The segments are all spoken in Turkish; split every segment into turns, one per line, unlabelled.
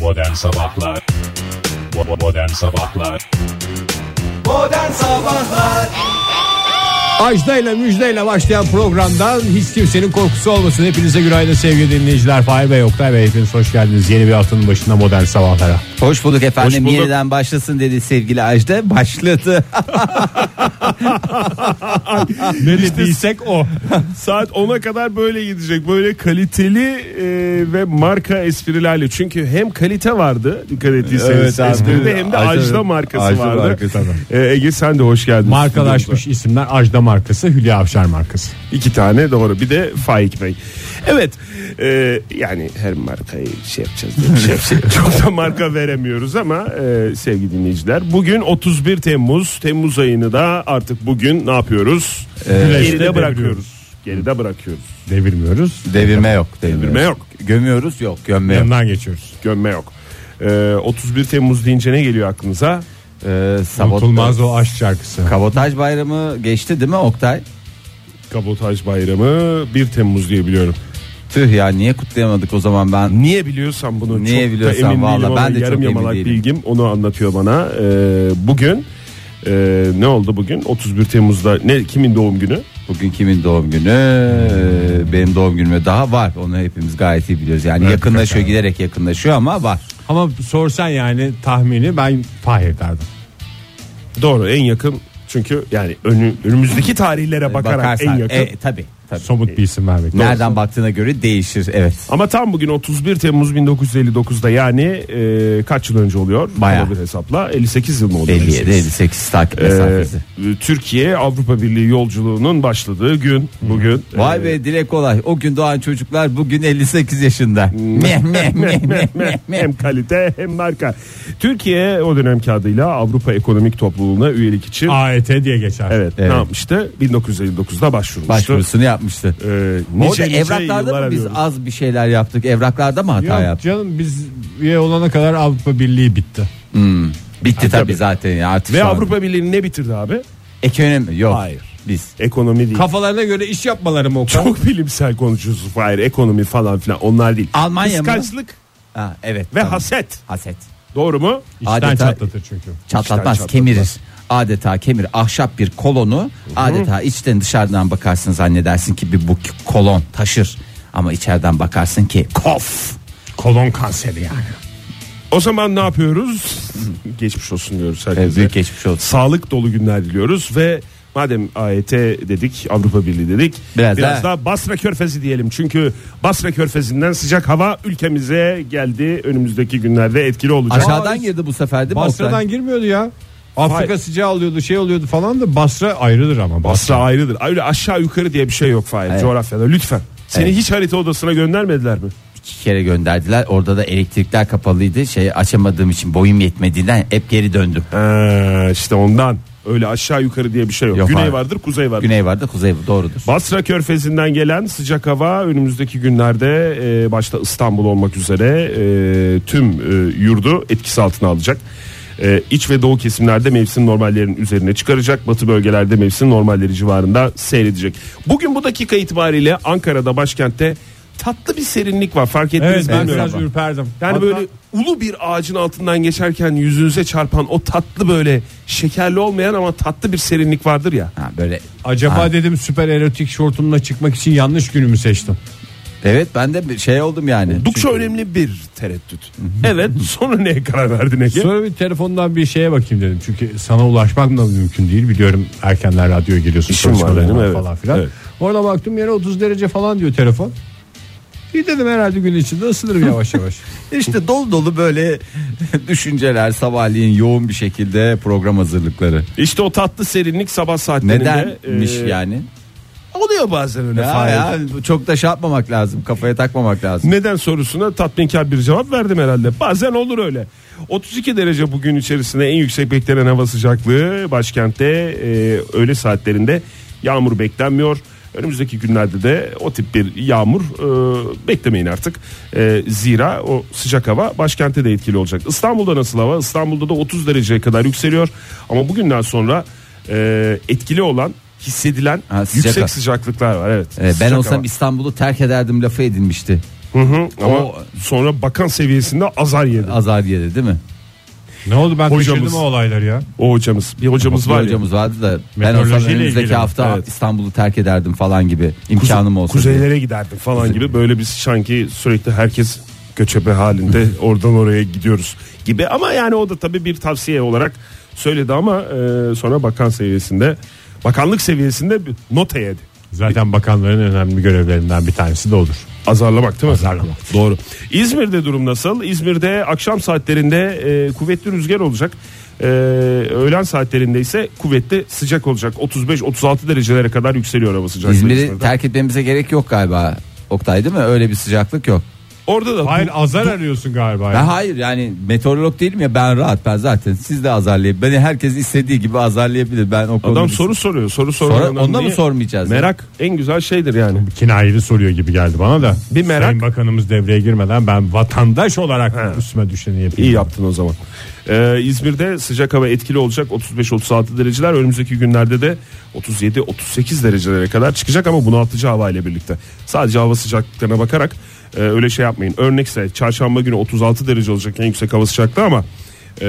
Modern Sabahlar Bo- Modern Sabahlar
Modern Sabahlar
Ajda ile müjde ile başlayan programdan hiç kimsenin korkusu olmasın. Hepinize günaydın sevgili dinleyiciler. Fahir Bey, Oktay Bey hepiniz hoş geldiniz. Yeni bir haftanın başında modern sabahlara.
Hoş bulduk efendim
Hoş bulduk.
yeniden başlasın dedi sevgili Ajda başladı
Ne dediysek o.
Saat 10'a kadar böyle gidecek. Böyle kaliteli e, ve marka esprilerle. Çünkü hem kalite vardı dikkat ettiyseniz
Evet abi.
espride hem de
Ajda-
Ajda markası
Ajda
vardı.
markası, tamam.
E, Ege sen de hoş geldin.
Markalaşmış isimler Ajda markası, Hülya Avşar markası.
İki tane doğru bir de Faik Bey. Evet e, yani her markayı şey yapacağız. diye bir şey yapacağız. Çok da marka veremiyoruz ama e, sevgili dinleyiciler. Bugün 31 Temmuz. Temmuz ayını da artık bugün ne yapıyoruz? Geride
deviriyoruz.
bırakıyoruz. Geride bırakıyoruz.
Devirmiyoruz.
Devirme yok devirme,
Devirme yok.
Gömüyoruz yok gömme yok
Yanından geçiyoruz.
gömme yok. Ee, 31 Temmuz deyince ne geliyor aklınıza?
ee, sabot-
Unutulmaz o aşk şarkısı.
Kabotaj bayramı geçti değil mi Oktay?
Kabotaj Bayramı 1 Temmuz diye biliyorum.
Tüh ya niye kutlayamadık o zaman ben
Niye biliyorsan bunu
Niye
çok
biliyorsan
da emin
vallahi
değilim
ben
ama
de çok
yarım
emin
yamalak
değilim.
bilgim onu anlatıyor bana. Ee, bugün e, ne oldu bugün? 31 Temmuz'da ne kimin doğum günü?
bugün kimin doğum günü Ee, benim doğum günüme daha var onu hepimiz gayet iyi biliyoruz yani yakınlaşıyor giderek yakınlaşıyor ama var
Ama sorsan yani tahmini ben Fahir derdim.
Doğru en yakın çünkü yani önü- önümüzdeki tarihlere bakarak en yakın.
e, tabi tabi
Somut bir isim vermek.
nereden baktığına göre değişir evet
Ama tam bugün 31 Temmuz 1959'da yani e, kaç yıl önce oluyor?
Bayağı.
Bana Bir hesapla 58 yıl mı oluyor?
57 58 takip
Ee,
mesafesi
Türkiye Avrupa Birliği yolculuğunun başladığı gün bugün.
Vay
Ee,
be dile kolay. O gün doğan çocuklar bugün 58 yaşında.
Hmm.
Meh meh meh meh meh meh.
Hem kalite hem marka. Türkiye o dönemki adıyla Avrupa Ekonomik Topluluğu'na üyelik için
AET E diye geçer.
evet,
Evet.
ne yapmıştı? 1959'da başvurmuştu.
Başvurusunu yapmıştı.
Ee,
Orada
nice nice
evraklarda
yıllar
mı biz
arıyoruz.
az bir şeyler yaptık? Evraklarda mı hata
Yok
yaptık?
canım biz üye olana kadar Avrupa Birliği bitti.
Bitti tabii,
tabii.
zaten ya artık.
Ve
sonra-
Avrupa Birliği ne bitirdi abi?
ekonomi yok.
Hayır.
Biz.
Ekonomi değil.
Kafalarına göre iş yapmaları mı Oktay?
Çok bilimsel konuşuyorsun. Hayır ekonomi falan filan onlar değil.
Almanya mı?
Kıskançlık
Ha, evet.
ve
tamam.
haset.
haset.
Doğru mu?
İçten
Adeta-
çatlatır çünkü.
Çatlatmaz,
İçten
kemirir. Adeta kemir ahşap bir kolonu adeta içten dışarıdan bakarsın zannedersin ki bir bu kolon taşır ama içeriden bakarsın ki kof
Kolon kanseri yani.
O zaman ne yapıyoruz? Geçmiş olsun diyoruz
Evet,
herkese.
büyük geçmiş olsun.
Sağlık dolu günler diliyoruz ve madem AYT dedik, Avrupa Birliği dedik.
Biraz
Biraz,
daha-
daha... Basra Körfezi diyelim. Çünkü Basra Körfezi'nden sıcak hava ülkemize geldi. Önümüzdeki günlerde etkili olacak.
Aşağıdan
Aa,
girdi bu sefer değil mi? Oktay?
Basra'dan girmiyordu ya. Afrika
Hayır.
sıcağı alıyordu şey oluyordu falan da Basra ayrıdır ama.
Basra ayrıdır. Öyle aşağı yukarı diye bir şey yok Fahir coğrafyada. Lütfen. Seni
Evet.
hiç harita odasına göndermediler mi?
iki kere gönderdiler. Orada da elektrikler kapalıydı. Şey açamadığım için boyum yetmediğinden hep geri döndüm.
Ee, işte ondan. Öyle aşağı yukarı diye bir şey yok.
Yok
Güney
abi.
vardır, kuzey vardır.
Güney vardı, kuzey vardı. Doğrudur.
Basra Körfezi'nden gelen sıcak hava önümüzdeki günlerde e, başta İstanbul olmak üzere e, tüm e, yurdu etkisi altına alacak. E, iç ve doğu kesimlerde mevsim normallerinin üzerine çıkaracak. Batı bölgelerde mevsim normalleri civarında seyredecek. Bugün bu dakika itibariyle Ankara'da başkentte tatlı bir serinlik var fark ettiniz
Evet
mi?
ben
bilmiyorum.
biraz ürperdim.
Yani
Hatta
böyle ulu bir ağacın altından geçerken yüzünüze çarpan o tatlı böyle şekerli olmayan ama tatlı bir serinlik vardır ya.
Ha, böyle.
acaba
Ha.
dedim süper erotik şortumla çıkmak için yanlış günümü seçtim.
Evet ben de bir şey oldum yani.
Oldukça
Çünkü-
önemli bir tereddüt. evet sonra neye karar verdin Ege?
Sonra bir telefondan bir şeye bakayım dedim. Çünkü sana ulaşmak da mümkün değil. Biliyorum erkenler radyoya geliyorsun.
İşim var
çalışmalarına
benim, evet.
Falan filan.
Evet.
Orada baktım yere 30 derece falan diyor telefon. Bir dedim herhalde gün içinde ısınırım yavaş yavaş.
İşte dolu dolu böyle düşünceler sabahleyin yoğun bir şekilde program hazırlıkları.
İşte o tatlı serinlik sabah saatlerinde.
Nedenmiş
e,
yani?
Oluyor bazen öyle.
Ya,
Fahir.
ya, çok da şey yapmamak lazım. Kafaya takmamak lazım.
Neden sorusuna tatminkar bir cevap verdim herhalde. Bazen olur öyle. 32 derece bugün içerisinde en yüksek beklenen hava sıcaklığı başkentte e, öğle saatlerinde yağmur beklenmiyor. Önümüzdeki günlerde de o tip bir yağmur e, beklemeyin artık. E, zira o sıcak hava başkente de etkili olacak. İstanbul'da nasıl hava? İstanbul'da da 30 dereceye kadar yükseliyor. Ama bugünden sonra e, etkili olan hissedilen
Ha, sıcak
yüksek
hava.
sıcaklıklar var. Evet.
Ee, ben
sıcak
olsam
hava.
İstanbul'u terk ederdim lafı edilmişti.
Hı, ama
O-
sonra bakan seviyesinde azar yedi.
Azar yedi değil mi?
Ne oldu ben
Hocamız.
kaçırdım o olayları ya.
O hocamız. Bir hocamız var
Bir
ya.
hocamız vardı da ben olsam
Meteorolojiyle ilgili.
önümüzdeki hafta
Evet.
İstanbul'u terk ederdim falan gibi imkanım olsa. diye.
Kuzeylere giderdik falan gibi böyle biz sanki sürekli herkes göçebe halinde oradan oraya gidiyoruz gibi ama yani o da tabii bir tavsiye olarak söyledi ama e, sonra bakan seviyesinde bakanlık seviyesinde bir nota yedi.
Zaten bakanların önemli görevlerinden bir tanesi de odur.
Azarlamak değil mi?
Azarlamak.
Doğru. İzmir'de durum nasıl? İzmir'de akşam saatlerinde e, kuvvetli rüzgar olacak. E, öğlen saatlerinde ise kuvvetli sıcak olacak. 35-36 derecelere kadar yükseliyor hava sıcaklığı.
İzmir'i
İzmir'de.
terk etmemize gerek yok galiba. Oktay değil mi? Öyle bir sıcaklık yok.
Orada da
Hayır azar arıyorsun galiba.
Ben
Ya.
hayır yani meteorolog değilim ya ben rahat ben zaten siz de azarlayın. Beni herkes istediği gibi azarlayabilir. Ben o konuda
Adam
bir-
soru soruyor. Soru soruyor.
Sonra onda mı sormayacağız? ya?
Merak en güzel şeydir yani.
Kinayeli soruyor gibi geldi bana da.
Bir merak.
Sayın Bakanımız devreye girmeden ben vatandaş olarak üstüme düşeni yapayım.
İyi yaptın o zaman. Ee, İzmir'de sıcak hava etkili olacak 35-36 dereceler önümüzdeki günlerde de 37-38 derecelere kadar çıkacak ama bunaltıcı hava ile birlikte. Sadece hava sıcaklıklarına bakarak e, öyle şey yapmayın. Örnekse çarşamba günü 36 derece olacak en yüksek hava sıcaklığı ama e,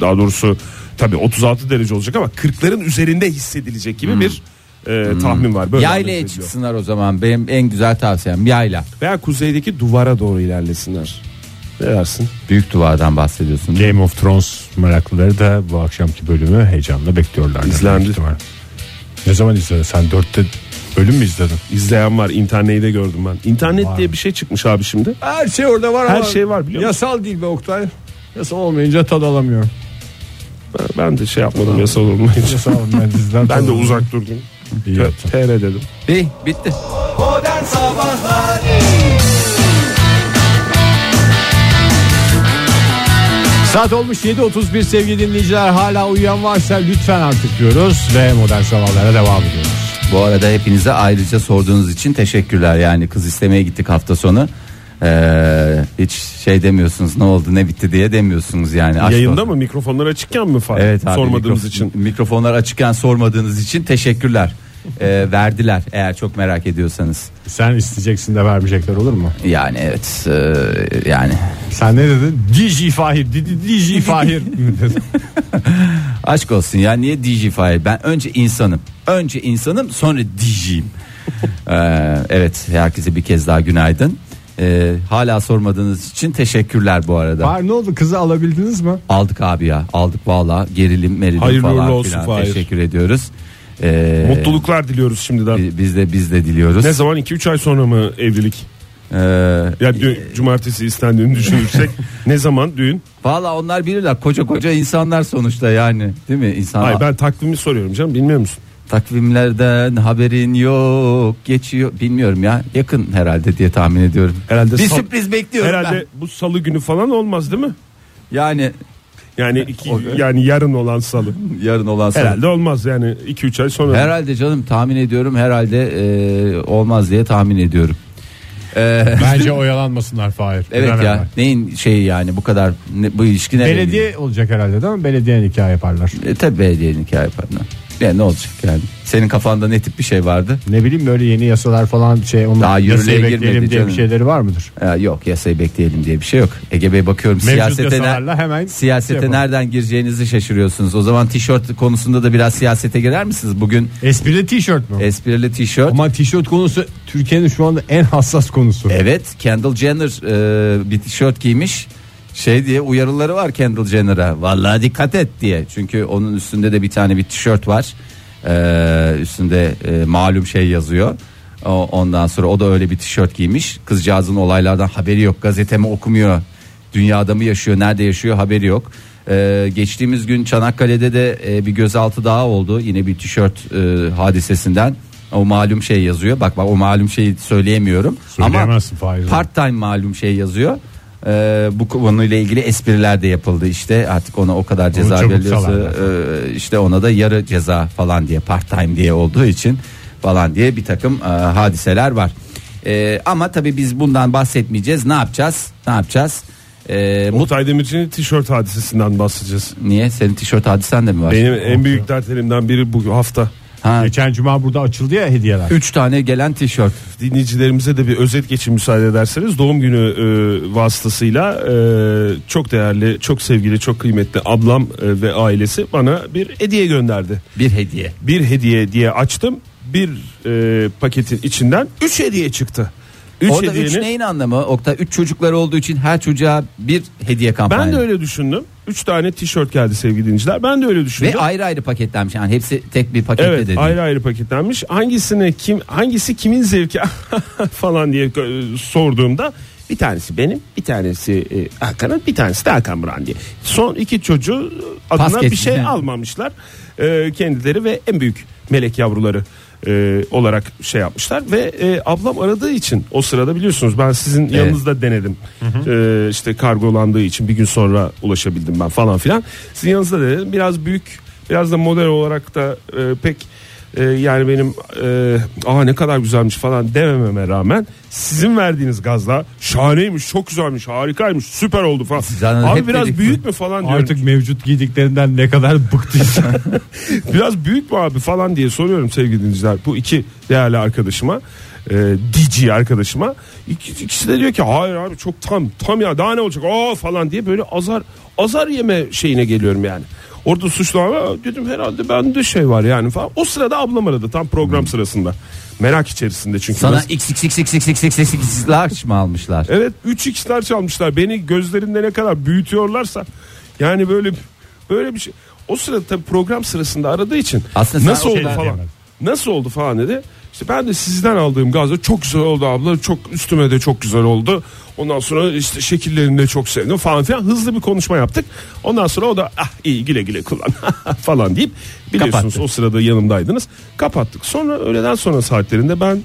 daha doğrusu tabii 36 derece olacak ama 40'ların üzerinde hissedilecek gibi bir e, tahmin var. Böyle
Hmm. Yaylaya
anlaşılıyor.
çıksınlar o zaman benim en güzel tavsiyem yayla.
Veya kuzeydeki duvara doğru ilerlesinler. Ne dersin?
Büyük duvardan bahsediyorsun.
Game of Thrones meraklıları da bu akşamki bölümü heyecanla bekliyorlar.
İzlendi.
Ne zaman izledin? Sen dörtte bölüm mü izledin?
İzleyen var internette gördüm ben. İnternet
Var.
diye bir şey çıkmış abi şimdi.
Her şey orada var
Her şey var biliyor musun?
Yasal değil be Oktay. Yasal olmayınca tad alamıyorum.
Ben, ben de şey yapmadım yasal olmayınca.
Yasal olmayan diziler
Ben
tad
de
alamıyorum.
uzak durdum.
İyi
T-
yaptın.
TR dedim.
Bey bitti.
Saat olmuş 7.31 sevgili dinleyiciler. Hala uyuyan varsa lütfen artık diyoruz ve modern sabahlara devam ediyoruz.
Bu arada hepinize ayrıca sorduğunuz için teşekkürler. Yani kız istemeye gittik hafta sonu. Ee, hiç şey demiyorsunuz ne oldu ne bitti diye demiyorsunuz yani. Aşk
Yayında
olsun.
mı mikrofonlar açıkken mi falan?
Evet abi,
Sormadığımız
mikrof-
için.
Mikrofonlar açıkken sormadığınız için teşekkürler. Ee, verdiler eğer çok merak ediyorsanız.
Sen isteyeceksin de vermeyecekler olur mu?
Yani evet e, yani.
Sen ne dedin? DJ Fahir, di- di- DJ Fahir mi dedin?
Aşk olsun ya niye DJ Fahir? Ben önce insanım. Önce insanım sonra DJ'yim. Ee, evet herkese bir kez daha günaydın. Ee, hala sormadığınız için teşekkürler bu arada.
Fahir ne oldu? Kızı alabildiniz mi?
Aldık abi ya aldık valla gerilim merilim
Hayırlı
falan
uğurlu olsun
filan.
Fahir.
teşekkür ediyoruz. Ee,
Mutluluklar diliyoruz şimdiden.
bi- Biz de biz de diliyoruz.
Ne zaman 2-3 ay sonra mı evlilik?
Ee,
Ya dü- cumartesi istendiğini düşünürsek ne zaman düğün?
Valla onlar bilirler koca koca insanlar sonuçta yani değil mi? İnsan
Hayır ben takvimi soruyorum canım bilmiyor musun?
takvimlerden haberin yok geçiyor bilmiyorum ya yakın herhalde diye tahmin ediyorum.
Herhalde
bir
sal-
sürpriz bekliyorum
Herhalde bu salı günü falan olmaz değil mi?
ben. Yani
Yani iki,
O-
yani yarın olan salı.
yarın olan salı.
Herhalde olmaz yani 2-3 ay sonra.
Herhalde canım tahmin ediyorum herhalde e, olmaz diye tahmin ediyorum. E,
Bence oyalanmasınlar Fahir.
evet
Bilemem
ya neyin şeyi yani bu kadar ne- bu ilişki
ben.
nereye gidiyor?
Belediye olacak herhalde değil mi? Belediye nikah yaparlar.
E, tabii belediyenin hikaye yaparına. Ya ne olacak yani? Senin kafanda ne tip bir şey vardı?
Ne bileyim böyle yeni yasalar falan şey onlar
Daha yürürlüğe
yasayı bekleyelim
girmedi
diye bir
canım.
şeyleri var mıdır?
Ya Ee, yok yasayı bekleyelim diye bir şey yok. Ege Bey bakıyorum
Mevcut
siyasete ne-
yasalarla hemen şey
siyasete
yapalım.
nereden gireceğinizi şaşırıyorsunuz. O zaman tişört konusunda da biraz siyasete girer misiniz? Bugün
Esprili tişört mü?
esprili tişört.
Ama tişört konusu Türkiye'nin şu anda en hassas konusu.
Evet Kendall Jenner e, bir tişört giymiş. Şey diye uyarıları var Kendall Jenner'a. Vallahi dikkat et diye. Çünkü onun üstünde de bir tane bir tişört var. E, üstünde e, malum şey yazıyor. O- ondan sonra o da öyle bir tişört giymiş. Kızcağızın olaylardan haberi yok. Gazetemi okumuyor. Dünyada mı yaşıyor, nerede yaşıyor haberi yok. E, geçtiğimiz gün Çanakkale'de de e, bir gözaltı daha oldu. Yine bir tişört e, hadisesinden. O malum şey yazıyor. Bak bak o malum şeyi söyleyemiyorum.
Söyleyemezsin Fahir.
Part time malum şey yazıyor. Ee, bu konuyla ilgili espriler de yapıldı işte artık ona o kadar ceza
çabuk
veriliyorsa
salarlar.
e, işte ona da yarı ceza falan diye part time diye olduğu için falan diye bir takım e, hadiseler var. E, ama tabii biz bundan bahsetmeyeceğiz ne yapacağız ne yapacağız E, mut
Oktay Demirci'nin tişört hadisesinden bahsedeceğiz.
niye senin tişört hadisen de mi var?
Benim en büyük dertlerimden biri bu hafta.
Ha,
Geçen cuma burada açıldı ya hediyeler.
üç tane gelen tişört.
Dinleyicilerimize de bir özet geçin müsaade ederseniz. Doğum günü e, vasıtasıyla e, çok değerli, çok sevgili, çok kıymetli ablam e, ve ailesi bana bir hediye gönderdi.
Bir hediye.
Bir hediye diye açtım. Bir e, paketin içinden 3 hediye çıktı. 3
Orada üç neyin anlamı? Okta üç çocukları olduğu için her çocuğa bir hediye kampanya.
Ben de öyle düşündüm. 3 tane tişört geldi sevgili dinleyiciler. Ben de öyle düşündüm.
Ve ayrı ayrı paketlenmiş. Yani hepsi tek bir pakette
Evet
dedi.
ayrı ayrı paketlenmiş. Hangisine kim hangisi kimin zevki falan diye e, sorduğumda bir tanesi benim, bir tanesi e, Hakan'ın, bir tanesi de Hakan Buran diye. Son iki çocuğu adına
Pas
bir
geçti,
şey
yani.
almamışlar. E, kendileri ve en büyük melek yavruları e, olarak şey yapmışlar ve e, ablam aradığı için o sırada biliyorsunuz ben sizin yanınızda denedim. E, işte kargolandığı için bir gün sonra ulaşabildim ben falan filan. Sizin yanınızda denedim. Biraz büyük, biraz da model olarak da e, pek e, yani benim e, aha ne kadar güzelmiş falan demememe rağmen sizin verdiğiniz gazla şahaneymiş, çok güzelmiş, harikaymış, süper oldu falan.
zaten hep
Abi biraz
dedik
büyük mü falan diyorum.
Artık mevcut giydiklerinden ne kadar bıktıysa.
Biraz büyük mü abi falan diye soruyorum sevgili dinleyiciler. Bu iki değerli arkadaşıma. E, DJ arkadaşıma. İki, ikisi de diyor ki hayır abi çok tam tam ya daha ne olacak aa falan diye böyle azar azar yeme şeyine geliyorum yani. Orada suçlu ama dedim herhalde bende şey var yani falan. O sırada ablam aradı tam program sırasında. Merak içerisinde çünkü.
Sana
Nasıl-
XXXXXXX large mı almışlar?
Evet 3 x'ler çalmışlar. Beni gözlerinde ne kadar büyütüyorlarsa yani böyle böyle bir şey. O sırada tabii program sırasında aradığı için
Aslında sen
nasıl
o
oldu
şeyden
falan.
diyemedin.
Nasıl oldu falan dedi. İşte ben de sizden aldığım gazla çok güzel oldu abla. Çok üstüme de çok güzel oldu. Ondan sonra işte şekillerini de çok sevdim falan filan. Hızlı bir konuşma yaptık. Ondan sonra o da ah iyi güle güle kullan falan deyip biliyorsunuz
Kapattı.
o sırada yanımdaydınız. Kapattık. Sonra öğleden sonra saatlerinde ben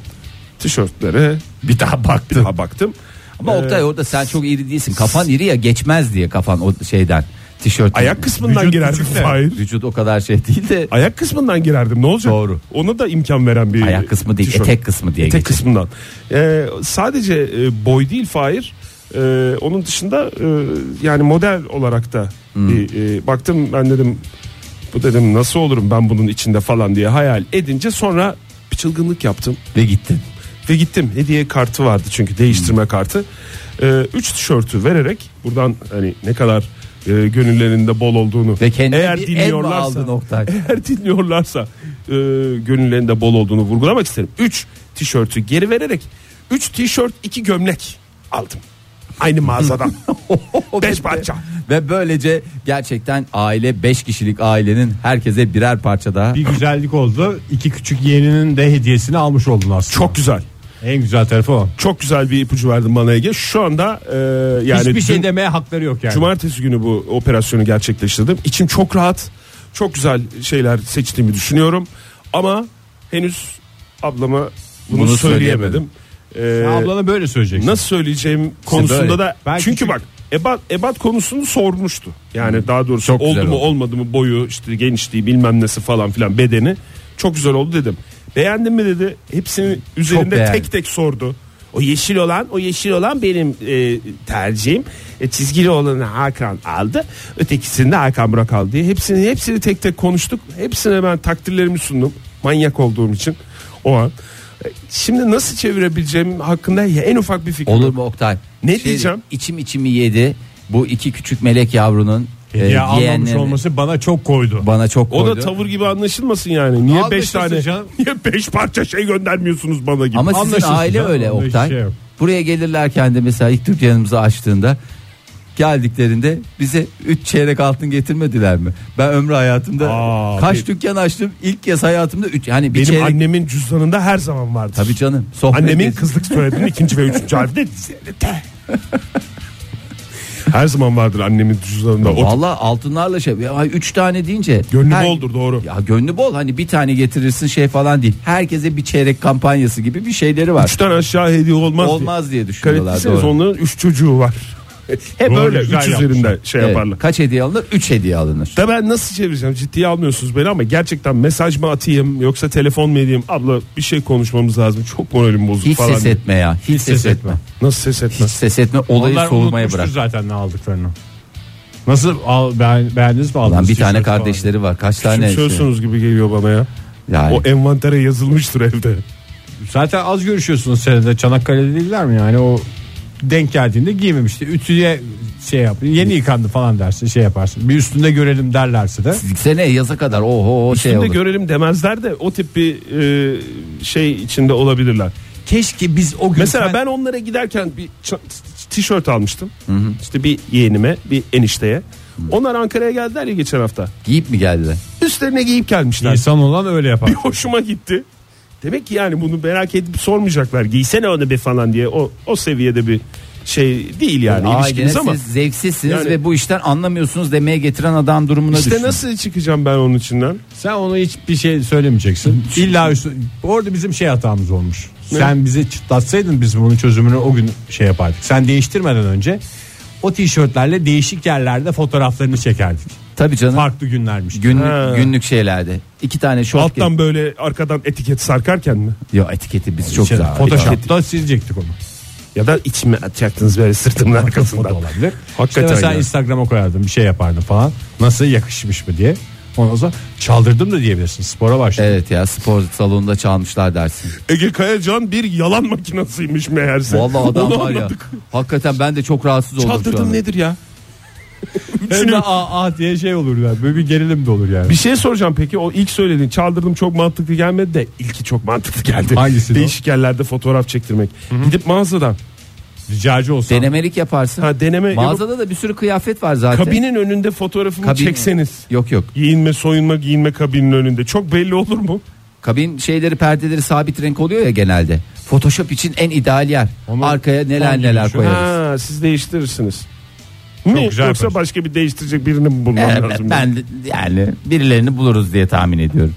tişörtlere bir daha baktım. Bir daha baktım.
Ama
Ee,
Oktay orada sen çok iri değilsin. Kafan iri ya geçmez diye kafan o şeyden. Tişört.
Ayak kısmından
Vücut
girerdim.
küçük de.
Hayır.
Vücut o kadar şey değil de
Ayak kısmından girerdim. Ne olacak?
Doğru.
Ona da imkan veren bir
ayak kısmı değil
tişört.
etek kısmı diye
Etek
geçer.
kısmından. Ee, sadece e, boy değil Fahir. Ee, onun dışında e, yani model olarak da
Hmm.
bir, e, baktım ben dedim bu dedim nasıl olurum ben bunun içinde falan diye hayal edince sonra bir çılgınlık yaptım
Ve gittin. Hmm.
ve gittim. Hediye kartı vardı çünkü değiştirme kartı. 3 tişörtü vererek buradan hani ne kadar e, gönüllerinde bol olduğunu
Ve kendine
eğer
bir el mi
dinliyorlarsa
aldın Oktay?
eğer dinliyorlarsa e, gönüllerinde bol olduğunu vurgulamak isterim. 3 tişörtü geri vererek 3 tişört 2 gömlek aldım. Aynı mağazadan. 5 parça.
Ve böylece gerçekten aile 5 kişilik ailenin herkese birer parça daha.
bir güzellik oldu. İki küçük yeğeninin de hediyesini almış oldun aslında.
Çok güzel.
En güzel tarafı o.
Çok güzel bir ipucu verdin bana Ege. Şu anda e, yani
Hiçbir
dün-
şey demeye hakları yok yani.
Cumartesi günü bu operasyonu gerçekleştirdim. İçim çok rahat. Çok güzel şeyler seçtiğimi düşünüyorum. Ama henüz ablama bunu,
Bunu
söyleyemedim.
Ya
Ee,
ablana böyle söyleyeceksin.
nasıl söyleyeceğim konusunda
böyle.
da
Belki
çünkü
çünkü-
bak ebat ebat konusunu sormuştu. Yani daha doğrusu
Çok
oldu
güzel
mu
oldu.
olmadı mı boyu işte genişliği bilmem nesi falan filan bedeni çok güzel oldu dedim. Beğendin mi dedi. Hepsini üzerinde
beğendim.
tek tek sordu. O yeşil olan, o yeşil olan benim e, tercihim. E, çizgili olanı Hakan aldı. Ötekisini de Hakan Burak aldı diye. Hepsini hepsini tek tek konuştuk. Hepsine ben takdirlerimi sundum. Manyak olduğum için o an. E, Şimdi nasıl çevirebileceğim hakkında ya en ufak bir fikrim
Olur
yok.
mu Oktay?
Ne diyeceğim?
İçim içimi yedi. Bu iki küçük melek yavrunun e,
Hediye almamış
yeğenleri
olması bana çok koydu.
bana çok
O
koydu.
da tavır gibi anlaşılmasın yani. Niye 5
Anlaşılsın
tane
canım.
niye 5 parça şey göndermiyorsunuz bana gibi.
Ama sizin
Anlaşılsın
aile
canım,
öyle
onda hiç
Oktay.
şey yok.
Buraya gelirlerken de mesela ilk dükkanımızı açtığında geldiklerinde bize 3 çeyrek altın getirmediler mi? Ben ömrü hayatımda
Aa,
kaç dükkan açtım? İlk kez hayatımda 3 hani bir
Benim
çeyrek.
annemin cüzdanında her zaman vardı.
Tabii canım. Oh, Sohbet
Annemin
ediyorsun.
kızlık soyadının ikinci ve üçüncü harfi de T. Her zaman vardır annemin cüzdanında. O
Valla altınlarla şey. Ya, ay, üç tane deyince.
gönlü
her-
boldur doğru.
Ya gönlü bol hani bir tane getirirsin şey falan değil. Herkese bir çeyrek kampanyası gibi bir şeyleri var.
Üçten aşağı hediye olmaz.
Olmaz diye
diye.
düşünüyorlar.
Kaletlisiniz
Doğru.
onların üç çocuğu var. Hep
Doğru,
öyle üç
E, güzel yapmışlar.
üzerinde şey
Evet,
yaparlar.
Kaç hediye alınır? 3 hediye alınır.
Da ben nasıl çevireceğim ciddiye almıyorsunuz beni ama gerçekten mesaj mı atayım yoksa telefon mu edeyim abla bir şey konuşmamız lazım çok moralim bozuk
Hiç
falan.
ses
diye.
etme ya. Hiç, ses,
ses
etme.
etme.
Nasıl ses etmez?
Hiç ses etme olayı
Onlar
soğumaya
unutmuştur
bırak.
zaten ne aldıklarını. Nasıl al, beğen- beğendiniz mi aldınız?
Lan bir
Tişört
tane
falan.
kardeşleri var. Kaç tane? şey-
Küçümsüyorsunuz gibi geliyor bana ya.
Yani.
O envantere yazılmıştır evde.
Zaten az görüşüyorsunuz senede Çanakkale'de değiller mi yani o denk geldiğinde giymemişti. Ütüye şey yap. Yeni yıkandı falan dersin şey yaparsın. Bir üstünde görelim derlerse de.
Sene yaza kadar oho şey
Şimdi
olur.
görelim demezler de o tip bir e, şey içinde olabilirler.
Keşke biz o gün
Mesela ben onlara giderken bir ç- tişört almıştım. İşte bir yeğenime, bir enişteye. Onlar Ankara'ya geldiler ya geçen hafta.
giyip mi geldi?
Üstlerine giyip gelmişler.
İnsan olan öyle yapar.
Bir hoşuma gitti. Demek ki yani bunu merak edip sormayacaklar. Giysene onu bir falan diye. O o seviyede bir şey değil yani
Aileniz
ilişkiniz ama.
siz zevksizsiniz
Yani-
ve bu işten anlamıyorsunuz demeye getiren adam durumuna
İşte
düştüm.
nasıl çıkacağım ben onun içinden?
Sen ona hiçbir şey söylemeyeceksin. İlla üstü- orada bizim şey hatamız olmuş. Sen bizi çıtlatsaydın biz bunun çözümünü o gün şey yapardık. Sen değiştirmeden önce o tişörtlerle değişik yerlerde fotoğraflarını çekerdik.
Tabii canım.
Farklı günlermiş.
Günlük,
Ha.
günlük şeylerde. İki tane şort.
Alttan böyle arkadan etiket sarkarken mi?
Ya etiketi biz çok
Şey,
daha.
Photoshop'ta silecektik onu.
Ya da iç mi atacaktınız böyle sırtımın
O da
arkasından?
olabilir. işte
Hakikaten
mesela
ya.
Instagram'a koyardım bir şey yapardım falan. Nasıl yakışmış mı diye. Ondan sonra çaldırdım da diyebilirsin. Spora başladım.
Evet ya spor salonunda çalmışlar dersin.
Ege Kayacan bir yalan makinasıymış meğerse.
Vallahi adam
Onu
var ya.
anladık.
Hakikaten ben de çok rahatsız oldum şu
Çaldırdın
anda.
nedir ya?
Hem de aa, aa diye şey olur yani. Böyle bir gerilim de olur yani.
Bir şey soracağım peki o ilk söylediğin çaldırdım çok mantıklı gelmedi de ilki çok mantıklı geldi.
Hangisi o?
Değişik yerlerde fotoğraf çektirmek. Gidip mağazadan
Ricacı olsam.
Denemelik yaparsın.
ha deneme yok,
Mağazada da bir sürü kıyafet var zaten.
kabinin önünde fotoğrafımı
Kabin-
çekseniz.
Yok yok.
Giyinme soyunma giyinme kabinin önünde çok belli olur mu?
Kabin şeyleri perdeleri sabit renk oluyor ya genelde. Photoshop için en ideal yer.
Ama
Arkaya neler
hangi
neler
düşün-
koyarız.
Ha, siz değiştirirsiniz. Mi?
güzel
Yoksa
konuştun.
başka bir değiştirecek birini mi bulmam
Evet,
lazım?
ben de- yani birilerini buluruz diye tahmin ediyorum.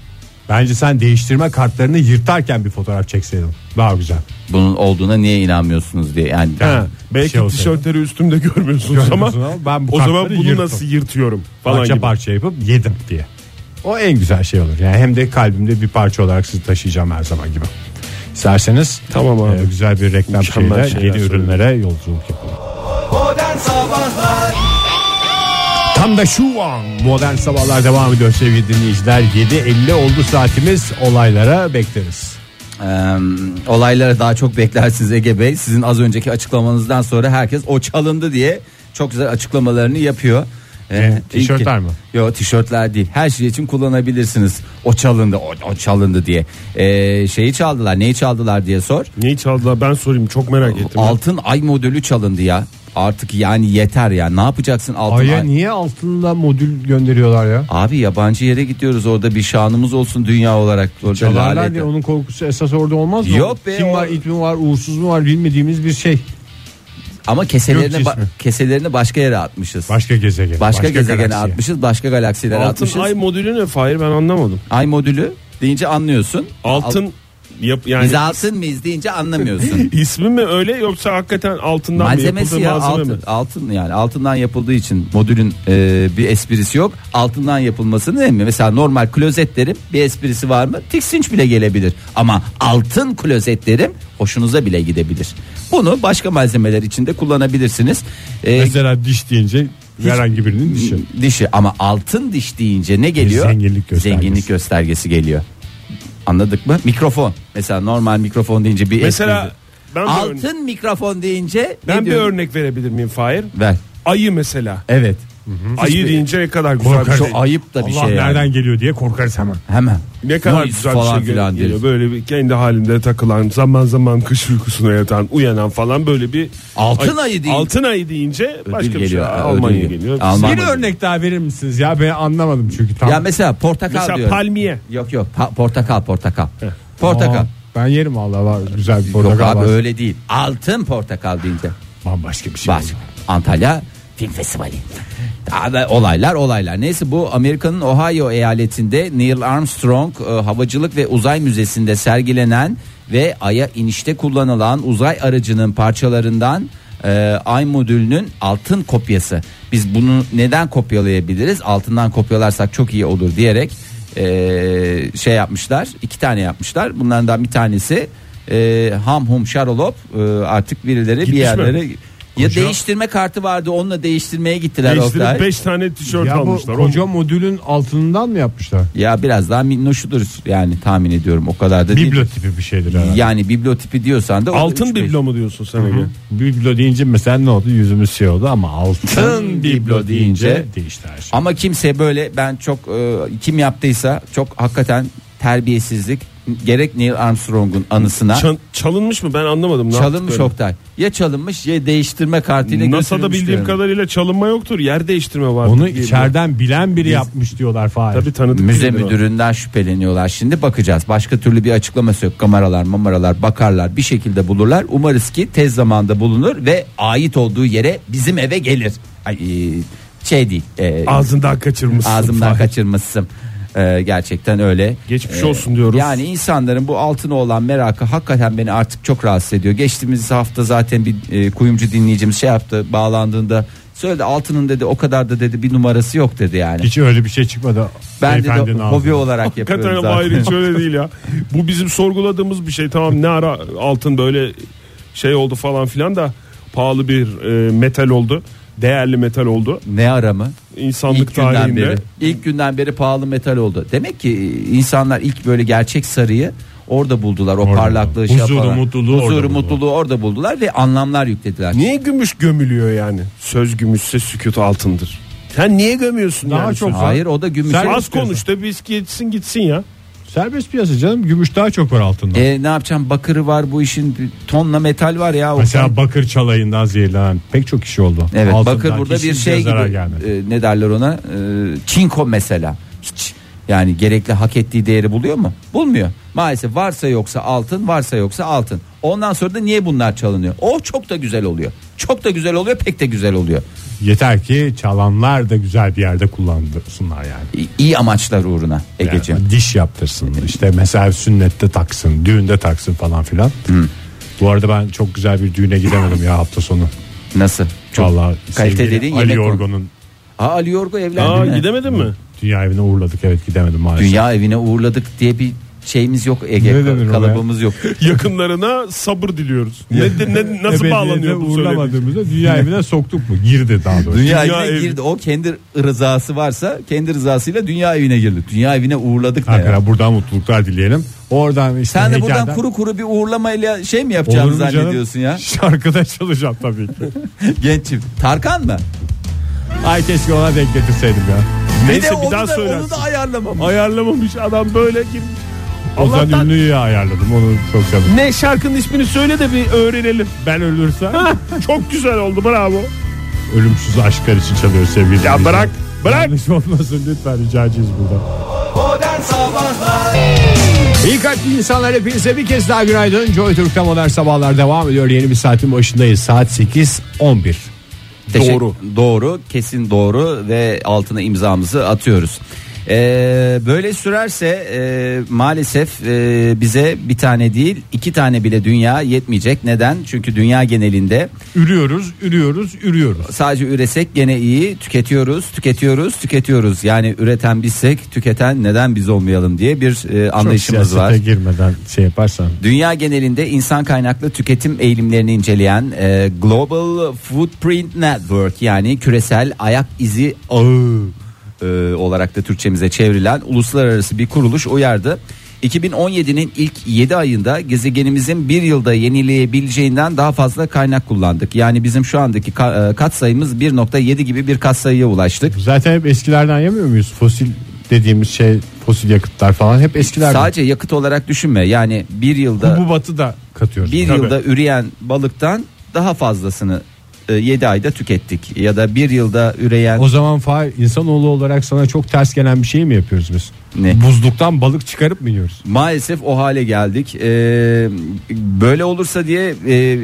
Bence sen değiştirme kartlarını yırtarken bir fotoğraf çekseydin. Daha güzel.
Bunun olduğuna niye inanmıyorsunuz diye. Yani
Ha, belki
şey olsaydı.
tişörtleri üstümde görmüyorsunuz,
Görmüyorsun
ama
ama ben bu
o zaman
kartları
bunu
yırttım.
nasıl yırtıyorum falan
Parça
gibi.
parça yapıp yedim diye. O en güzel şey olur. Yani hem de kalbimde bir parça olarak sizi taşıyacağım her zaman gibi. İsterseniz
Tamam abi.
e, güzel bir reklam
Mükemmel
şeyle
şeyler
yeni
söyledin.
ürünlere yolculuk yapalım. Tam da şu an modern sabahlar devam ediyor sevgili dinleyiciler. 7.50 oldu saatimiz olaylara bekleriz.
Eee, olaylara daha çok beklersiniz Ege Bey. Sizin az önceki açıklamanızdan sonra herkes o çalındı diye çok güzel açıklamalarını yapıyor. Eee,
E, tişörtler
ilk-
mi?
Yok tişörtler değil. Her şey için kullanabilirsiniz. O çalındı, o, o çalındı diye. Eee, şeyi çaldılar, neyi çaldılar diye sor.
Neyi çaldılar ben sorayım çok merak ettim. ya.
Altın ay modülü çalındı ya. Artık yani yeter ya. Ne yapacaksın altın
Aya
ay?
niye altında modül gönderiyorlar ya?
Abi yabancı yere gidiyoruz orada bir şanımız olsun dünya olarak. Orada
Çalarlar
lanet-
diye onun korkusu esas orada olmaz mı?
Yok be,
Kim
o-
var, it mi var, uğursuz mu var bilmediğimiz bir şey.
Ama keselerini
Gök
ba-
cismi.
keselerini başka yere atmışız.
Başka gezegen.
Başka, gezegene
galaksiye.
atmışız, başka galaksilere
Altın
atmışız.
ay
Ay...
modülü ne Fahir ben anlamadım.
modülü deyince anlıyorsun.
Altın yap,
Al-
yani
Biz altın mıyız deyince anlamıyorsun.
ismi mi öyle yoksa hakikaten altından
Malzemesi
mı
ya
yapıldı malzeme
altın,
mi?
altın yani altından yapıldığı için modülün e, bir esprisi yok. Altından yapılması ne mi? Mesela normal klozetlerin bir esprisi var mı? Tiksinç bile gelebilir. Ama altın klozetlerim hoşunuza bile gidebilir. Bunu başka malzemeler içinde kullanabilirsiniz. E,
Mesela diş deyince herhangi birinin dişi.
dişi ama altın diş deyince ne geliyor?
zenginlik göstergesi.
Zenginlik göstergesi geliyor. Anladık mı? Mikrofon. Mesela normal mikrofon deyince bir
Mesela
espri.
ben bir, örne-
altın mikrofon deyince ne
ben bir
diyorum?
örnek verebilir miyim Fahir?
ver.
Ayı mesela.
Evet.
Ayı deyince ne kadar güzel bir
Korkarım.
şey.
Çok ayıp da bir
Allah
şey. yani.
nereden geliyor diye korkarız hemen.
Hemen.
Ne kadar
Noise
güzel
falan
bir şey
filan
geliyor.
deriz.
Böyle bir kendi halinde takılan zaman zaman kış uykusuna yatan uyanan falan böyle bir
Altın ayı deyince-
Altın ayı deyince başka bir şey.
geliyor, ödül
Almanya
geliyor.
geliyor.
Alman-
Bir örnek daha verir misiniz ya ben anlamadım çünkü tam.
Ya mesela portakal
Mesela
diyorum.
palmiye.
Yok yok pa- portakal portakal.
Aa,
Portakal.
ben yerim valla var güzel bir
Yok
portakal
abi
var.
öyle değil. Altın portakal deyince.
Bambaşka bir şey.
Bak Antalya Film Festivali. Daha da olaylar olaylar. Neyse bu Amerika'nın Ohio eyaletinde Neil Armstrong e, Havacılık ve Uzay Müzesi'nde sergilenen ve aya inişte kullanılan uzay aracının parçalarından e, ay modülünün altın kopyası. Biz bunu neden kopyalayabiliriz? Altından kopyalarsak çok iyi olur diyerek e, şey yapmışlar. iki tane yapmışlar. Bunlardan bir tanesi e, Ham Hum Şarolop e, artık birileri bir
Gitmiş mi?
yerlere Ya
Koca-
değiştirme kartı vardı onunla değiştirmeye gittiler Oktay.
Değiştirip 5 tane tişört
Ya bu
almışlar.
koca modülün altından mı yapmışlar?
Ya biraz daha minnoşudur yani tahmin ediyorum o kadar da değil.
Biblo tipi bir şeydir herhalde.
Yani biblotipi diyorsan da o da
Altın
üç beş.
biblo mu diyorsun sen Ege?
Biblo deyince mesela ne oldu? Yüzümüz şey oldu ama altın
Tın
biblo
biblo
deyince
deyince
değişti her şey.
Ama kimse böyle ben çok e, kim yaptıysa çok hakikaten terbiyesizlik gerek Neil Armstrong'un anısına
Çal- çalınmış mı ben anlamadım. ne
çalınmış
yaptıklarını.
Oktay. Ya çalınmış ya değiştirme kartıyla
NASA'da
götürülmüş
bildiğim
diyorum.
kadarıyla çalınma yoktur. Yer değiştirme var.
Onu içeriden bilen biri yapmış diyorlar Fahir.
Tabii tanıdık
Müze
biridir o.
müdüründen şüpheleniyorlar. Şimdi bakacağız. Başka türlü bir açıklaması yok. Kameralar, mamaralar bakarlar. Bir şekilde bulurlar. Umarız ki tez zamanda bulunur ve ait olduğu yere bizim eve gelir. Ay, e, şey değil. e,
Ağzından kaçırmışsın.
ağzımdan
Fahir.
kaçırmışsın. E, gerçekten öyle.
Geçmiş
E,
olsun diyoruz.
Yani insanların bu altına olan merakı hakikaten beni artık çok rahatsız ediyor. Geçtiğimiz hafta zaten bir e, kuyumcu dinleyicimiz şey yaptı bağlandığında söyledi altının dedi o kadar da dedi bir numarası yok dedi yani.
Hiç öyle bir şey çıkmadı.
Ben de,
beyefendinin
hobi
ağzından.
olarak
Hakikaten
yapıyorum
ama hayır
zaten.
hiç öyle değil ya. Bu bizim sorguladığımız bir şey. Tamam ne ara altın böyle şey oldu falan filan da pahalı bir e, metal oldu. Değerli metal oldu.
Ne ara mı?
İnsanlık
ilk günden
tarihinde.
beri. İlk günden beri pahalı metal oldu. Demek ki insanlar ilk böyle gerçek sarıyı orada buldular. O parlaklığı şey
Huzuru,
yaparak.
mutluluğu orada
Huzuru,
buldular.
mutluluğu orada buldular ve anlamlar yüklediler.
Niye gümüş gömülüyor yani? Söz gümüşse sükut altındır. Sen niye gömüyorsun
Daha
yani?
çok-
Hayır o da gümüş.
Sen-
Az konuş da biz gitsin gitsin ya.
Serbest piyasa canım. Gümüş daha çok var altında.
E, ne yapacağım bakırı var bu işin bir tonla metal var ya. O
Mesela bakır çalayından zehirlenen pek çok kişi oldu.
Evet
Altından
bakır burada bir
kesinlikle
şey gibi
zarar gelmedi.
e, ne derler ona E, çinko mesela hiç yani gerekli hak ettiği değeri buluyor mu? Bulmuyor. Maalesef varsa yoksa altın varsa yoksa altın. Ondan sonra da niye bunlar çalınıyor? O çok da güzel oluyor. Çok da güzel oluyor pek de güzel oluyor.
Yeter ki çalanlar da güzel bir yerde kullansınlar yani.
İ- İyi amaçlar uğruna Egeciğim.
Yani diş yaptırsın işte mesela sünnette taksın düğünde taksın falan filan. Bu arada ben çok güzel bir düğüne gidemedim ya hafta sonu.
Nasıl? Çok
Vallahi
kalite
sevgili
dediğin
Ali
yemek konu.
Yorgo'nun
Aa, Ali Yorgo evlendi
Aa
mi?
gidemedin mi?
dünya evine uğurladık evet gidemedim maalesef.
Dünya evine uğurladık diye bir şeyimiz yok
Ne
Ege
denir ona
kalıbımız yok.
Yakınlarına sabır diliyoruz. Ne, ne- nasıl
Ebediyete
bağlanıyor bu söylediğin?
uğurlamadığımızda dünya evine soktuk mu? Girdi daha doğrusu.
Dünya,
Dünya
evine
evi-
girdi. O kendi rızası varsa kendi rızasıyla dünya evine girdi. Dünya evine uğurladık da ya.
Hakikaten buradan mutluluklar dileyelim. Oradan işte
Sen de buradan
heykelden-
kuru kuru bir uğurlamayla şey mi
Olur
yapacağını
mu canım?
zannediyorsun ya?
Şarkıda çalacağım tabii ki.
Genç çift. Tarkan mı?
Ay keşke ona denk getirseydim ya.
Neyse
bir de
bir daha
onu, da,
söylersin.
onu da ayarlamamış.
Ayarlamamış adam böyle kim?
Ozan
Allah'tan-
Ünlü'yü ayarladım onu çok sevdim.
Ne şarkının ismini söyle de bir öğrenelim.
Ben ölürsem
Çok güzel oldu bravo.
ölümsüz aşklar için çalıyor sevgili
Ya bırak bırak.
Yanlış olmasın lütfen rica edeceğiz burada. İyi kalpli insanlar hepinize bir kez daha günaydın. Joy Türk'te modern sabahlar devam ediyor. Yeni bir saatin başındayız. Saat 8.11.
Teşekkür-
Doğru.
Doğru. Kesin doğru ve altına imzamızı atıyoruz. Ee, böyle sürerse e, maalesef e, bize bir tane değil iki tane bile dünya yetmeyecek. Neden? Çünkü dünya genelinde
Ürüyoruz, ürüyoruz, ürüyoruz.
sadece üresek gene iyi tüketiyoruz tüketiyoruz tüketiyoruz yani üreten bizsek tüketen neden biz olmayalım diye bir e, anlayışımız var.
girmeden şey yaparsan.
Dünya genelinde insan kaynaklı tüketim eğilimlerini inceleyen e, Global Footprint Network yani küresel ayak izi ağı e, olarak da Türkçemize çevrilen uluslararası bir kuruluş uyardı. 2017'nin ilk 7 ayında gezegenimizin bir yılda yenileyebileceğinden daha fazla kaynak kullandık. Yani bizim şu andaki ka- e, katsayımız 1.7 gibi bir katsayıya ulaştık.
Zaten hep eskilerden yemiyor muyuz? Fosil dediğimiz şey fosil yakıtlar falan hep eskilerden.
Sadece yakıt olarak düşünme yani bir yılda...
batı da katıyoruz.
bir
Tabii.
yılda üreyen balıktan daha fazlasını 7 ayda tükettik ya da bir yılda üreyen
O zaman Fahir insanoğlu olarak sana çok ters gelen bir şey mi yapıyoruz biz?
Ne?
Buzluktan balık çıkarıp mı yiyoruz?
maalesef o hale geldik. Ee, böyle olursa diye e,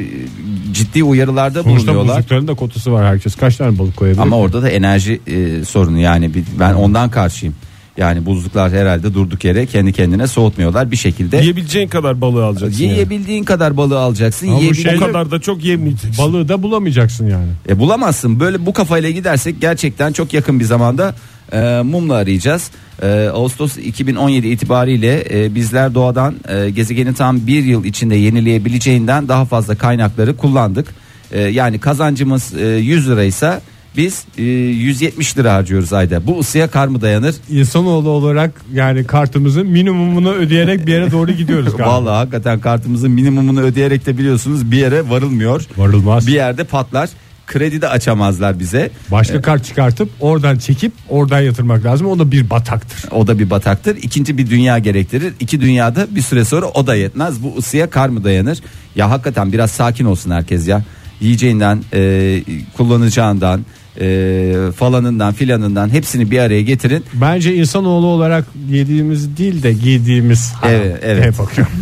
ciddi uyarılarda
Sonuçta
bulunuyorlar.
buzlukların da kotası var herkes. Kaç tane balık koyabilir?
Ama orada da enerji e, sorunu yani bir- ben ondan karşıyım. Yani buzluklar herhalde durduk yere kendi kendine soğutmuyorlar bir şekilde.
Yiyebileceğin kadar balığı alacaksın. yani.
Yiyebildiğin kadar balığı alacaksın.
Ama bu
yiyebil-
şey-
O kadar da çok yemeyeceksin.
Balığı da bulamayacaksın yani.
E, bulamazsın. Böyle bu kafayla gidersek gerçekten çok yakın bir zamanda e, mumla arayacağız. E, Ağustos 2017 itibariyle e, bizler doğadan e, gezegenin tam bir yıl içinde yenileyebileceğinden daha fazla kaynakları kullandık. E, yani kazancımız e, 100 liraysa biz e, 170 lira harcıyoruz ayda. Bu ısıya kar mı dayanır?
İnsanoğlu olarak yani kartımızın minimumunu ödeyerek bir yere doğru gidiyoruz galiba.
Vallahi hakikaten kartımızın minimumunu ödeyerek de biliyorsunuz bir yere varılmıyor.
Varılmaz.
Bir yerde patlar. Kredi de açamazlar bize.
Başka kart çıkartıp oradan çekip oradan yatırmak lazım. O da bir bataktır.
O da bir bataktır. İkinci bir dünya gerektirir. İki dünyada bir süre sonra o da yetmez. Bu ısıya kar mı dayanır? Ya hakikaten biraz sakin olsun herkes ya. Yiyeceğinden, e, kullanacağından, e, falanından filanından hepsini bir araya getirin.
Bence insanoğlu olarak yediğimiz değil de giydiğimiz
Evet, evet.
Hep bakıyorum.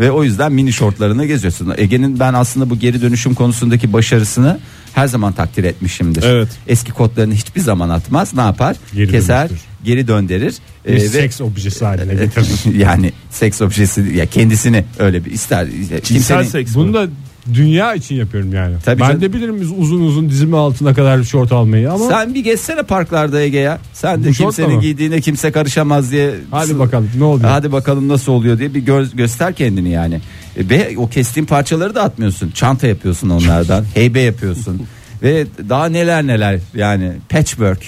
Ve o yüzden mini şortlarını geziyorsun. Ege'nin ben aslında bu geri dönüşüm konusundaki başarısını her zaman takdir etmişimdir.
Evet.
Eski kodlarını hiçbir zaman atmaz. Ne yapar?
Geri
Keser,
dönüştür.
geri döndürür.
Bir
Ee, ve-
seks objesi haline getirdim.
E, yani seks objesi ya kendisini öyle bir ister kimsenin
Cinsel seks bu.
Bunu da dünya için yapıyorum yani.
Tabii
ben
canım.
de bilirim biz uzun uzun dizimi altına kadar şort almayı ama
sen bir gezsene parklarda Ege ya. Sen de
Bu şortla
kimsenin
mı?
giydiğine kimse karışamaz diye.
hadi bakalım ne oluyor.
Hadi bakalım nasıl oluyor diye bir gö- göster kendini yani. E, Ve o kestiğin parçaları da atmıyorsun. Çanta yapıyorsun onlardan. heybe yapıyorsun. Ve daha neler neler yani patchwork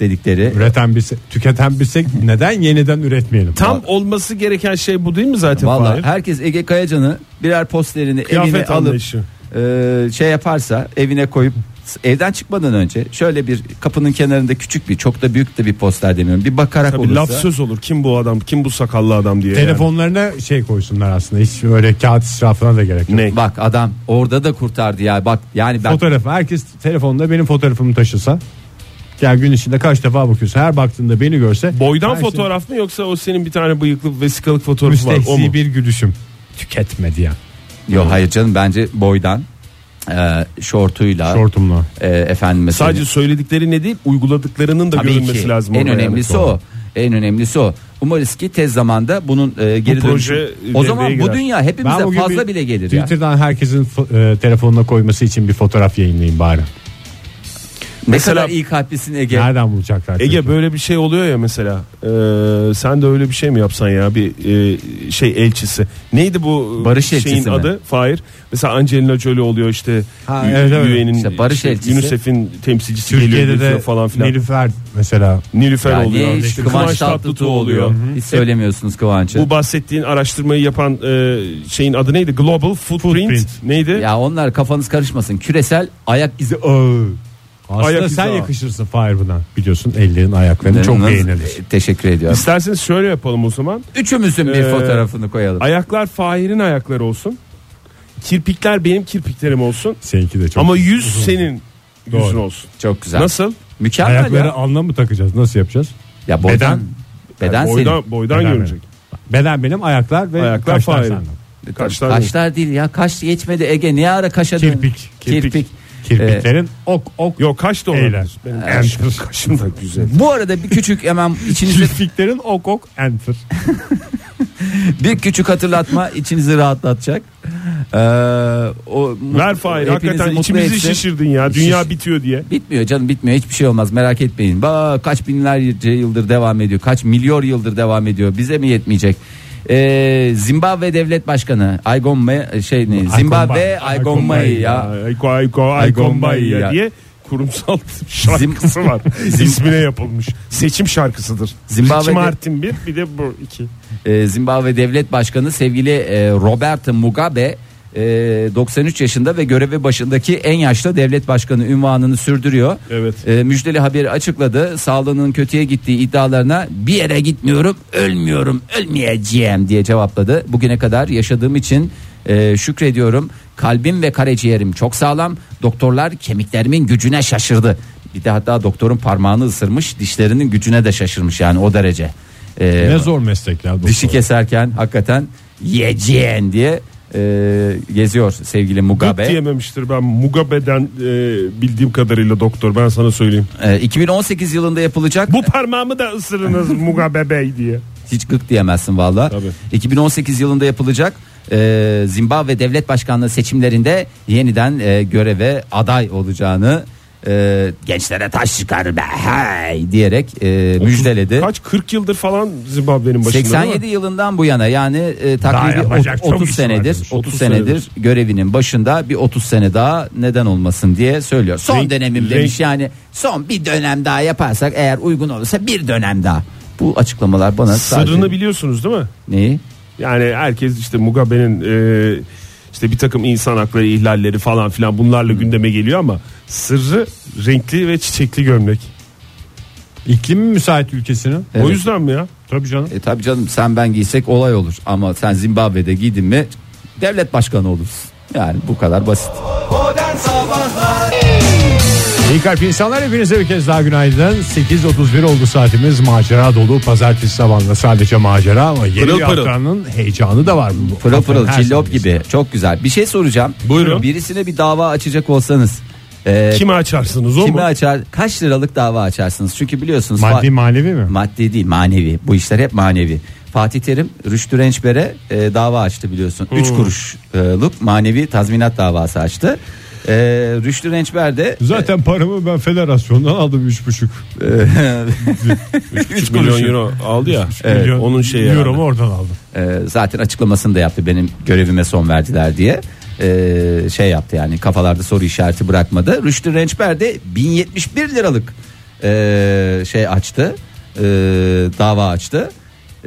dedikleri.
Üreten bilsek, tüketen bilsek neden yeniden üretmeyelim?
Tam olması gereken şey bu değil mi zaten?
Vallahi
Fahir?
herkes Ege Kayacan'ı birer posterini evine
Kıyafet
alıp
anlayışı.
e, şey yaparsa evine koyup evden çıkmadan önce şöyle bir kapının kenarında küçük bir çok da büyük de bir poster demiyorum bir bakarak
Tabii
olursa
laf söz olur. Kim bu adam? Kim bu sakallı adam diye. yani.
Telefonlarına şey koysunlar aslında. Hiç öyle kağıt israfına da gerek yok.
Ne?
bak adam orada da kurtardı ya bak yani ben
Fotoğrafı herkes telefonda benim fotoğrafımı taşısa. Yani gün içinde kaç defa bakıyorsa her baktığında beni görse. şey
Boydan
şey-
ben
fotoğraf mı yoksa o senin bir tane bıyıklı vesikalık
şimdi
fotoğrafı var o mu?
Müstehsi bir gülüşüm. Tüketme diye.
yok hayır canım bence boydan e, şortuyla
Şortumla.
e, efendime
Sadece
söyleyeyim.
söyledikleri ne değil uyguladıklarının da
Tabii
görünmesi
ki.
lazım.
en
orada yani.
önemlisi o en önemlisi o umarız ki tez zamanda bunun e, geri
proje
dönüşü o
devreye
zaman bu
girer.
dünya hepimize
bugün
fazla
bir
bile gelir ya.
Twitter'dan herkesin fo- e, telefonuna koyması için bir fotoğraf yayınlayayım bari.
Ne
Mesela-
kadar iyi kalplisin Ege.
Nereden bulacaklar?
Ege böyle bir şey oluyor ya mesela. Ee, sen de öyle bir şey mi yapsan ya bir e, şey elçisi. Neydi bu
Barış
şeyin
elçisi mi?
adı? Fahir. Mesela Angelina Jolie oluyor işte.
Ha,
Ü-
evet, evet.
UN'in,
İşte barış elçisi.
UNICEF'in temsilcisi
Türkiye'de
geliyor
de
de falan filan. Nilüfer,
Nilüfer mesela
Yani
oluyor.
niye işte
İşte
Kıvanç Tatlıtuğ oluyor. Hiç söylemiyorsunuz Kıvanç'ı.
Bu bahsettiğin araştırmayı yapan e, şeyin adı neydi? Global Footprint,
Footprint.
neydi?
Ya onlar kafanız karışmasın. Küresel ayak izi
aslında
Ayak
sen
izi.
yakışırsın Fahir buna. Biliyorsun ellerin ayakların çok
Nasıl-
beğenilir.
E, Teşekkür ediyorum.
İsterseniz şöyle yapalım o zaman.
Üçümüzün bir
Ee,
fotoğrafını koyalım.
Ayaklar Fahir'in ayakları olsun. Kirpikler benim kirpiklerim olsun.
Seninki de çok.
Ama yüz senin
Doğru.
yüzün olsun.
Çok güzel.
Nasıl?
Mükemmel
ayaklara
ya.
anlam mı takacağız? Nasıl yapacağız?
Ya boydan
Beden.
beden
Yani
senin.
boydan boydan
Beden
görünecek.
Beden benim ayaklar ve
Ayaklar
kaşlar
Fahir'in.
senden.
Kaç tane?
Kaşlar değil ya. Kaş geçmedi Ege. Niye ara kaşa dön-
Kirpik.
Kirpik. Ee,
Kirpiklerin ok ok
Yok kaç da olabilir.
Eyler.
Benim
Evet.
kaş- kaşım da güzel.
Bu arada bir küçük hemen içinizi
Kirpiklerin ok ok enter.
bir küçük hatırlatma içinizi rahatlatacak. Ee, o mut-
Ver Fahir
hepinizi
hakikaten
mutlu
içimizi
etsin.
şişirdin ya. Dünya
Şiş-
bitiyor diye.
Bitmiyor canım bitmiyor hiçbir şey olmaz merak etmeyin. Bak kaç binlerce yıldır devam ediyor. Kaç milyon yıldır devam ediyor. Bize mi yetmeyecek? Ee, Zimbabwe Devlet Başkanı Aygombe şey ne? Zimbabwe Aygombe ya.
Ayko Ayko Aykombay ya
ya.
diye kurumsal şarkısı var. İsmine yapılmış. Seçim şarkısıdır.
Zimbabwe'de-
Seçim Artin bir bir de bu iki.
Ee, Zimbabwe Devlet Başkanı sevgili e, Roberto Mugabe e, 93 yaşında ve görevi başındaki en yaşlı devlet başkanı ünvanını sürdürüyor.
Evet.
E, müjdeli haberi açıkladı. Sağlığının kötüye gittiği iddialarına bir yere gitmiyorum, ölmüyorum, ölmeyeceğim diye cevapladı. Bugüne kadar yaşadığım için e, şükrediyorum. Kalbim ve karaciğerim çok sağlam. Doktorlar kemiklerimin gücüne şaşırdı. Bir de hatta doktorun parmağını ısırmış, dişlerinin gücüne de şaşırmış yani o derece. E,
Ne zor meslek ya. doktor.
dişi keserken hakikaten yeceğin diye e, geziyor sevgili
Gut
Mugabe.
diyememiştir ben Mugabe'den e, bildiğim kadarıyla doktor ben sana söyleyeyim.
E, 2018 yılında yapılacak.
Bu parmağımı da ısırınız Mugabe Bey diye.
Hiç gık diyemezsin valla.
Tabii.
2018 yılında yapılacak e, Zimbabwe Devlet Başkanlığı seçimlerinde yeniden e, göreve aday olacağını e, e, gençlere taş çıkar be hey diyerek e, müjdeledi.
Kaç 40 yıldır falan Zimbabwe'nin başında. değil mi?
87 yılından bu yana yani e,
Daha
takribi
yapacak
ot-
çok
30
iş
senedir
vardır.
30,
30
senedir
senedir.
görevinin başında bir 30 sene daha neden olmasın diye söylüyor. Son
Renk-
dönemim demiş yani son bir dönem daha yaparsak eğer uygun olursa bir dönem daha. Bu açıklamalar bana
Sırrını
sadece
biliyorsunuz değil mi?
neyi?
Yani herkes işte Mugabe'nin e, işte bir takım insan hakları ihlalleri falan filan bunlarla gündeme geliyor ama sırrı renkli ve çiçekli gömlek.
İklimi müsait ülkesinin.
Evet.
O yüzden mi ya?
Tabii canım.
E tabi canım sen ben giysek olay olur ama sen Zimbabwe'de giydin mi devlet başkanı olursun. Yani bu kadar basit.
İyi kalp insanlar hepinize bir kez daha günaydın. 8.31 oldu saatimiz. Macera dolu pazartesi sabahında sadece macera ama yeni
Pırıl
bir
pırıl.
haftanın heyecanı da var. Bu
Pırıl
haftanın
pırıl
her
cillop
saniyesi.
gibi çok güzel. Bir şey soracağım.
Buyurun.
Birisine bir dava açacak olsanız. e,
Kimi açarsınız o
Kimi
mu?
açar? Kaç liralık dava açarsınız? Çünkü biliyorsunuz
Maddi
fa-
manevi mi?
maddi değil manevi. Bu işler hep manevi. Fatih Terim Rüştü Rençber'e e, dava açtı biliyorsun. 3 kuruşluk manevi tazminat davası açtı. E, Rüştü Rençber de
Zaten paramı ben federasyondan aldım 3,5
3 milyon euro aldı ya.
milyon
Onun şeyi
euromu
herhalde.
oradan aldım.
e, zaten açıklamasını da yaptı benim görevime son verdiler diye. E, şey yaptı yani kafalarda soru işareti bırakmadı. Rüştü Rençber de 1071 liralık e, şey açtı. E, dava açtı.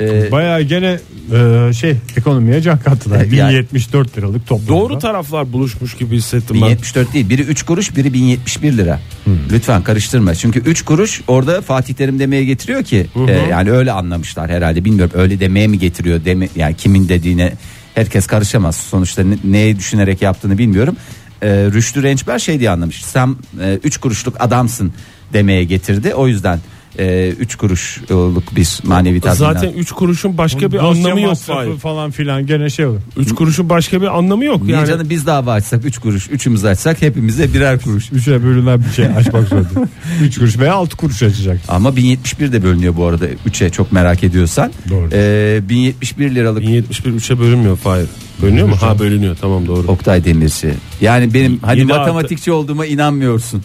E,
Bayağı gene e, şey ekonomiye can kattılar.
E, yani-
1074 liralık toplamda.
Doğru taraflar buluşmuş gibi hissettim ben.
1074 değil biri 3 kuruş biri 1071 lira.
Hmm.
Lütfen karıştırma. Çünkü 3 kuruş orada Fatih Terim demeye getiriyor ki e, yani öyle anlamışlar herhalde bilmiyorum öyle demeye mi getiriyor deme yani kimin dediğine herkes karışamaz. Sonuçta ne, neyi düşünerek yaptığını bilmiyorum. E, Rüştü Rençber şey diye anlamış. Sen 3 kuruşluk adamsın demeye getirdi. O yüzden e, 3 kuruşluk bir manevi tazminat.
Zaten 3 kuruşun başka bir
Dosya
anlamı yok.
masrafı falan filan gene şey olur.
3 kuruşun başka bir anlamı yok
Niye
yani.
canım biz dava açsak 3 kuruş, üçümüz açsak hepimize birer kuruş.
Üçe bölünen bir şey açmak zorunda. 3 kuruş veya 6 kuruş açacak.
Ama 1071 de bölünüyor bu arada 3'e çok merak ediyorsan.
Doğru.
Ee, 1071 liralık
1071 3'e bölünmüyor Fahir. Bölünüyor mu? Ha bölünüyor tamam doğru.
Oktay Demirci. Yani benim hani
Yedi
matematikçi olduğuma inanmıyorsun.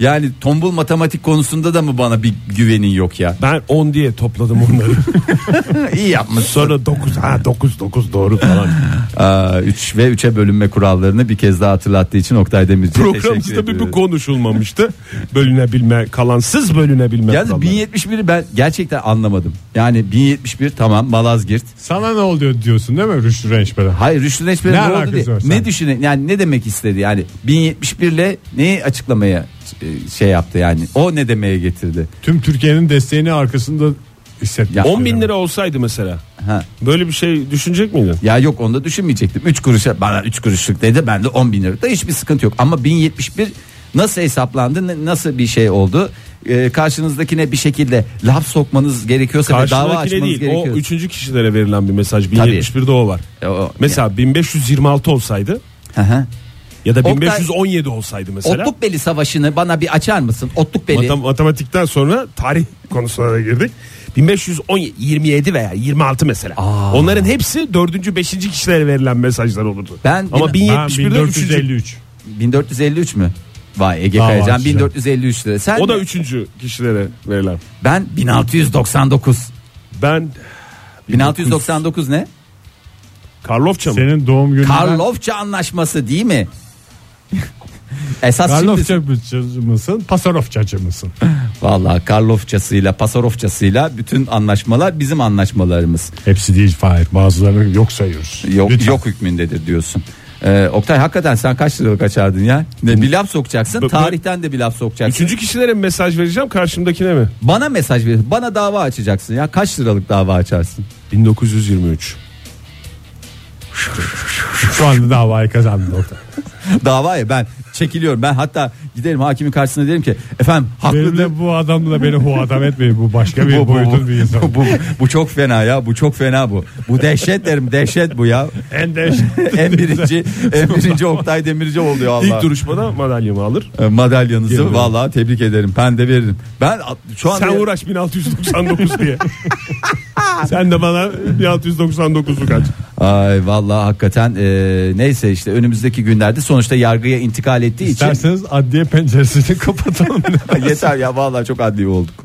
Yani tombul matematik konusunda da mı bana bir güvenin yok ya?
Ben 10 diye topladım onları.
İyi yapmışsın.
Sonra 9 ha 9 9 doğru falan.
3 ve 3'e bölünme kurallarını bir kez daha hatırlattığı için Oktay Demirci teşekkür
Programımızda bir,
ediyorum.
bir konuşulmamıştı. Bölünebilme, kalansız bölünebilme.
Yalnız
kuralları.
1071'i ben gerçekten anlamadım. Yani 1071 tamam Malazgirt.
Sana ne oluyor diyorsun değil mi Rüştü Rençber'e?
Hayır Rüştü Neşber'in
Ne
ne, oldu
alakası
diye.
var
Ne
sen?
düşüne yani ne demek istedi yani 1071 ile neyi açıklamaya e, şey yaptı yani o ne demeye getirdi.
Tüm Türkiye'nin desteğini arkasında hissettim.
Ya-
10 bin lira olsaydı mesela.
Ha.
Böyle bir şey düşünecek miydin?
Ya yok onda düşünmeyecektim 3 kuruşa bana 3 kuruşluk dedi ben de 10 bin lira da hiçbir sıkıntı yok ama 1071 nasıl hesaplandı ne- nasıl bir şey oldu Ee, karşınızdakine bir şekilde laf sokmanız gerekiyorsa ve dava
Karşıdakine
açmanız
değil.
gerekiyor.
O üçüncü kişilere verilen bir mesaj. 1071'de o var.
E, o-
Mesela 1526 olsaydı
Hı hı.
ya da
Oktay-
1517 olsaydı mesela.
Otlukbeli Savaşı'nı bana bir açar mısın? Otlukbeli.
Matem- matematikten sonra tarih konusuna da girdik. 1527 veya 26 mesela. Onların hepsi 4. 5. kişilere verilen mesajlar olurdu.
Ben-
Ama
bin-
Ben
1071'de 3.
1453.
1453 mü? Vay Ege
Dava
Kayacan
açacağım.
1453 lira. Sen
O da
ne?
3. kişilere verilen.
Ben 1699.
Ben
1699 ne?
Karlofça mı?
Senin doğum gününden
Karlofça anlaşması değil mi? Esas şimdi
Karlofça mısın? Pasarofçacı mısın?
vallahi Karlofçasıyla Pasarofçasıyla bütün anlaşmalar bizim anlaşmalarımız.
Hepsi değil Fahir. Bazılarını yok sayıyoruz.
Yok
Lütfen.
yok hükmündedir diyorsun. Ee, Oktay hakikaten sen kaç liralık açardın ya? Ne bir laf sokacaksın.
Bu- bu-
tarihten de bir laf sokacaksın.
Üçüncü kişilere mi mesaj vereceğim karşımdakine mi?
Bana mesaj ver. Bana dava açacaksın ya. Kaç liralık dava açarsın?
1923.
Şu anda davayı kazandın orada.
dava ya ben çekiliyorum. Ben hatta giderim hakimin karşısına derim ki efendim haklı
Benim
değil-
de bu adamla beni hu adam etmeyin. Bu başka bir boyutun bir insan.
bu, bu, bu çok fena ya bu çok fena bu. Bu dehşet derim dehşet bu ya.
En dehşetli
en birinci en birinci Oktay Demirci oluyor Allah.
İlk duruşmada madalyamı alır.
E, Madalyanızı vallahi tebrik ederim. Ben de veririm. Ben a- şu anda
Sen uğraş 1699 diye. Sen de bana 1699'luk aç.
Ay vallahi hakikaten e, neyse işte önümüzdeki günlerde sonuçta yargıya intikal ettiği için
İsterseniz adliye penceresini kapatalım.
yeter ya vallahi çok adli olduk.